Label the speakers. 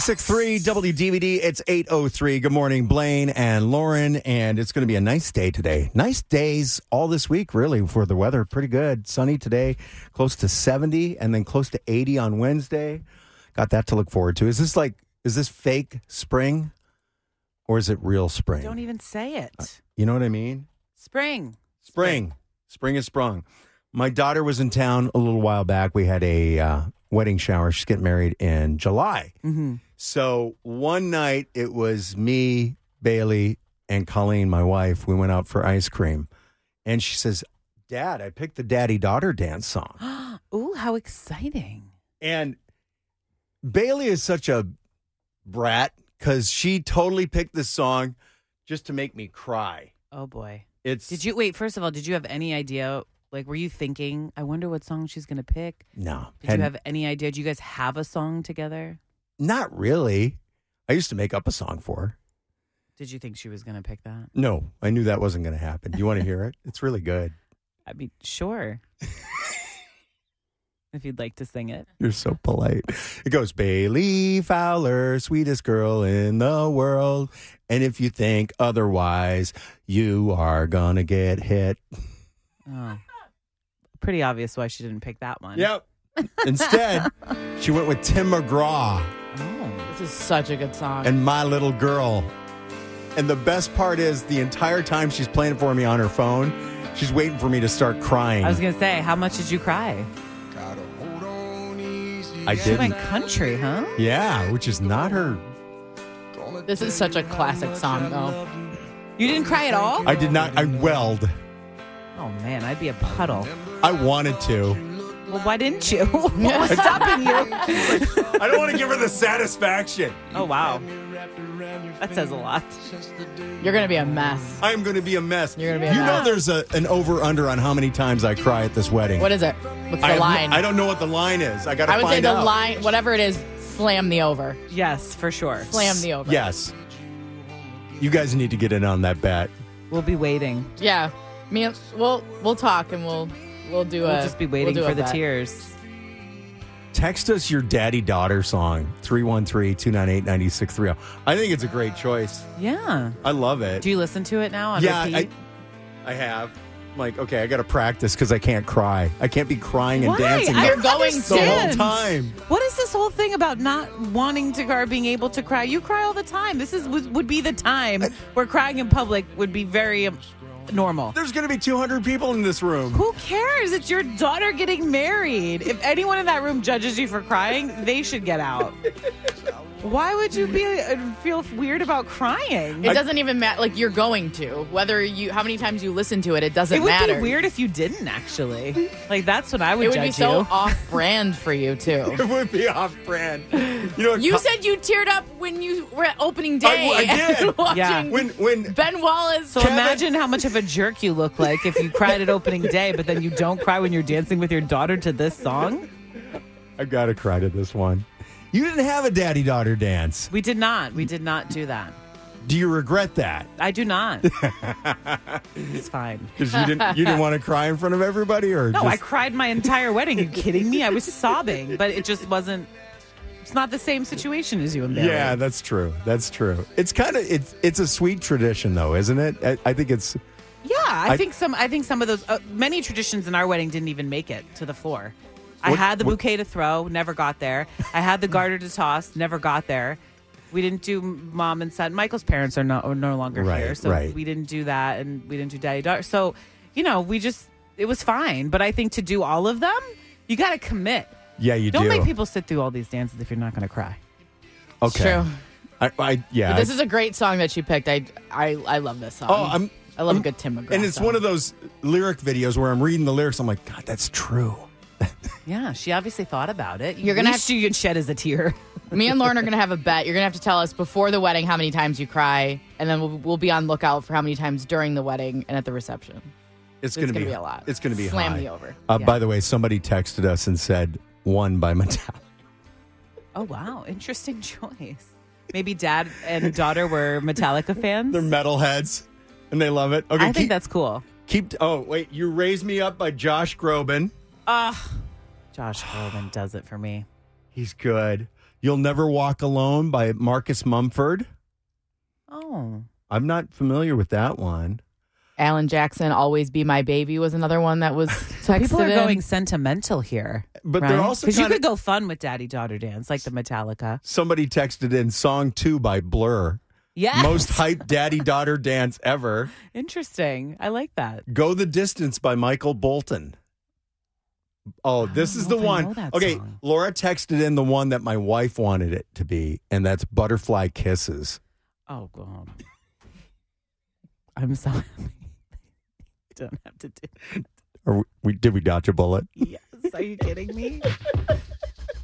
Speaker 1: 96.3 WDVD, it's 8.03. Good morning, Blaine and Lauren, and it's going to be a nice day today. Nice days all this week, really, for the weather. Pretty good. Sunny today, close to 70, and then close to 80 on Wednesday. Got that to look forward to. Is this like, is this fake spring, or is it real spring?
Speaker 2: Don't e- even say it.
Speaker 1: you know what I mean?
Speaker 2: Spring.
Speaker 1: Spring. Spring is sprung. My daughter was in town a little while back. We had a uh, wedding shower. She's getting married in July.
Speaker 2: Mm-hmm.
Speaker 1: So one night it was me, Bailey, and Colleen, my wife. We went out for ice cream. And she says, Dad, I picked the daddy daughter dance song.
Speaker 2: Ooh, how exciting.
Speaker 1: And Bailey is such a brat because she totally picked this song just to make me cry.
Speaker 2: Oh boy.
Speaker 1: It's
Speaker 2: Did you wait, first of all, did you have any idea like were you thinking, I wonder what song she's gonna pick?
Speaker 1: no
Speaker 2: Did you have any idea? Do you guys have a song together?
Speaker 1: not really. I used to make up a song for her.
Speaker 2: Did you think she was gonna pick that?
Speaker 1: No, I knew that wasn't going to happen. You want to hear it? It's really good.
Speaker 2: I mean, sure. if you'd like to sing it.
Speaker 1: You're so polite. It goes Bailey Fowler, sweetest girl in the world. And if you think otherwise, you are going to get hit.
Speaker 2: Oh. Pretty obvious why she didn't pick that one.
Speaker 1: Yep. Instead, she went with Tim McGraw
Speaker 2: Oh.
Speaker 3: This is such a good song.
Speaker 1: and My Little Girl. And the best part is the entire time she's playing it for me on her phone, she's waiting for me to start crying.
Speaker 2: I was gonna say, how much did you cry?
Speaker 1: I
Speaker 2: She
Speaker 1: didn't.
Speaker 2: went country, huh?
Speaker 1: Yeah, which is not her.
Speaker 3: this is such a classic song, though.
Speaker 2: You didn't cry at all?
Speaker 1: I did not. I welled.
Speaker 2: Oh man, I'd be a puddle.
Speaker 1: I wanted to.
Speaker 2: Well, why didn't you? what was stopping you?
Speaker 1: I don't want to give her the satisfaction.
Speaker 2: Oh wow, that says a lot.
Speaker 3: You're going to be a mess.
Speaker 1: I'm going to be a mess.
Speaker 3: You're gonna be a
Speaker 1: You know,
Speaker 3: mess.
Speaker 1: there's a an over under on how many times I cry at this wedding.
Speaker 3: What is it? What's the
Speaker 1: I have no-
Speaker 3: line?
Speaker 1: I don't know what the line is. I got to
Speaker 3: I
Speaker 1: find
Speaker 3: would
Speaker 1: out.
Speaker 3: say the line, whatever it is, slam the over.
Speaker 2: Yes, for sure.
Speaker 3: Slam the over.
Speaker 1: Yes. You guys need to get in on that bet.
Speaker 2: We'll be waiting.
Speaker 3: Yeah. Me and, we'll we'll talk and we'll we'll do
Speaker 2: We'll
Speaker 3: a-
Speaker 2: just be waiting
Speaker 3: we'll do
Speaker 2: for
Speaker 3: a
Speaker 2: the
Speaker 3: bet.
Speaker 2: tears.
Speaker 1: Text us your daddy daughter song 313-298-9630. oh. I think it's a great choice.
Speaker 2: Yeah.
Speaker 1: I love it.
Speaker 2: Do you listen to it now? On
Speaker 1: yeah, I,
Speaker 2: repeat?
Speaker 1: I have. I'm like, okay, I got to practice cuz I can't cry. I can't be crying and
Speaker 2: Why?
Speaker 1: dancing
Speaker 2: I
Speaker 3: You're
Speaker 2: don't
Speaker 3: going
Speaker 1: the whole
Speaker 2: understand.
Speaker 1: time.
Speaker 2: What is this whole thing about not wanting to cry, being able to cry? You cry all the time. This is would, would be the time where crying in public would be very um, normal.
Speaker 1: There's going to be 200 people in this room.
Speaker 2: Who cares? It's your daughter getting married. If anyone in that room judges you for crying, they should get out. Why would you be uh, feel weird about crying?
Speaker 3: It doesn't even matter. Like you're going to whether you how many times you listen to it, it doesn't
Speaker 2: It would
Speaker 3: matter.
Speaker 2: be weird if you didn't actually. Like that's when I would
Speaker 3: It would
Speaker 2: judge
Speaker 3: be so
Speaker 2: you.
Speaker 3: off-brand for you too.
Speaker 1: It would be off brand. You know,
Speaker 3: You
Speaker 1: co-
Speaker 3: said you teared up when you were at opening
Speaker 1: I-
Speaker 3: day.
Speaker 1: I did.
Speaker 3: and watching
Speaker 2: Yeah.
Speaker 1: when when
Speaker 3: Ben Wallace.
Speaker 2: So imagine how much of a jerk you look like if you cried at opening day, but then you don't cry when you're dancing with your daughter to this song.
Speaker 1: I gotta cry to this one. You didn't have a daddy daughter dance.
Speaker 2: We did not. We did not do that.
Speaker 1: Do you regret that?
Speaker 2: I do not. it's fine.
Speaker 1: Because you didn't you didn't want to cry in front of everybody, or
Speaker 2: No, I
Speaker 1: just,
Speaker 2: cried my entire wedding. you kidding me? I was sobbing, but it just wasn't. It's not the same situation as you and Bailey.
Speaker 1: yeah, that's true. That's true. It's kind of it's it's a sweet tradition though, isn't it? I, I think it's
Speaker 2: yeah. I,
Speaker 1: I-
Speaker 2: think some. I think some of those uh, many traditions in our wedding didn't even make it to the floor. I
Speaker 1: What-
Speaker 2: had the
Speaker 1: what-
Speaker 2: bouquet to throw, never got there. I had the garter to toss, never got there. We didn't do mom and son. Michael's parents are no, are no longer
Speaker 1: Right,
Speaker 2: here, so
Speaker 1: right.
Speaker 2: we didn't do that, and we didn't do daddy daughter. So, you know, we just it was fine. But I think to do all of them, you got to commit.
Speaker 1: yeah, you
Speaker 2: Don't
Speaker 1: do.
Speaker 2: make people sit through all these dances if you're not going to cry.
Speaker 1: okay.
Speaker 3: True.
Speaker 1: I, I yeah.
Speaker 3: This is a great song that she picked. I I, I love this song.
Speaker 1: oh, I'm
Speaker 3: I love
Speaker 1: I'm-
Speaker 3: a good Tim McGraw.
Speaker 1: And it's
Speaker 3: song.
Speaker 1: one of those lyric videos where I'm reading the lyrics. I'm like, God, that's true.
Speaker 2: Yeah, she obviously thought about it.
Speaker 3: You're gonna
Speaker 2: Least you can shed is a tear.
Speaker 3: Me and Lauren are gonna have a bet. You're gonna have to tell us before the wedding how many times you cry, and then we'll, we'll be on lookout for how many times during the wedding and at the reception.
Speaker 1: It's,
Speaker 3: It's gonna be a lot.
Speaker 1: It's gonna be
Speaker 3: Slam
Speaker 1: high.
Speaker 3: me over.
Speaker 1: Uh,
Speaker 2: Yeah.
Speaker 1: By the way, somebody texted us and said one by Metallica.
Speaker 2: Oh wow, interesting choice. Maybe dad and daughter were Metallica fans.
Speaker 1: They're metalheads, and they love it. Okay,
Speaker 2: I think
Speaker 1: keep,
Speaker 2: that's cool.
Speaker 1: keep. Oh wait, you raised me up by Josh Groban.
Speaker 2: Josh Groban does it for me.
Speaker 1: He's good. You'll Never Walk Alone by Marcus Mumford.
Speaker 2: Oh.
Speaker 1: I'm not familiar with that one.
Speaker 3: Alan Jackson, Always Be My Baby was another one that was texted
Speaker 2: People are
Speaker 3: in.
Speaker 2: going sentimental here.
Speaker 1: But they're
Speaker 2: right?
Speaker 1: also
Speaker 2: Because you
Speaker 1: kinda-
Speaker 2: could go fun with daddy daughter dance, like the Metallica.
Speaker 1: Somebody texted in Song 2 by Blur.
Speaker 2: Yeah.
Speaker 1: Most hype daddy daughter dance ever.
Speaker 2: Interesting. I like that.
Speaker 1: Go the Distance by Michael Bolton. Oh, this
Speaker 2: don't
Speaker 1: is
Speaker 2: know
Speaker 1: the
Speaker 2: if I know
Speaker 1: one.
Speaker 2: that
Speaker 1: Okay,
Speaker 2: song.
Speaker 1: Laura texted in the one that my wife wanted it to be, and that's Butterfly Kisses.
Speaker 2: Oh god. I'm sorry. Don't have to do.
Speaker 1: Or we, did we dodge a bullet?
Speaker 2: Yes. Are you kidding me?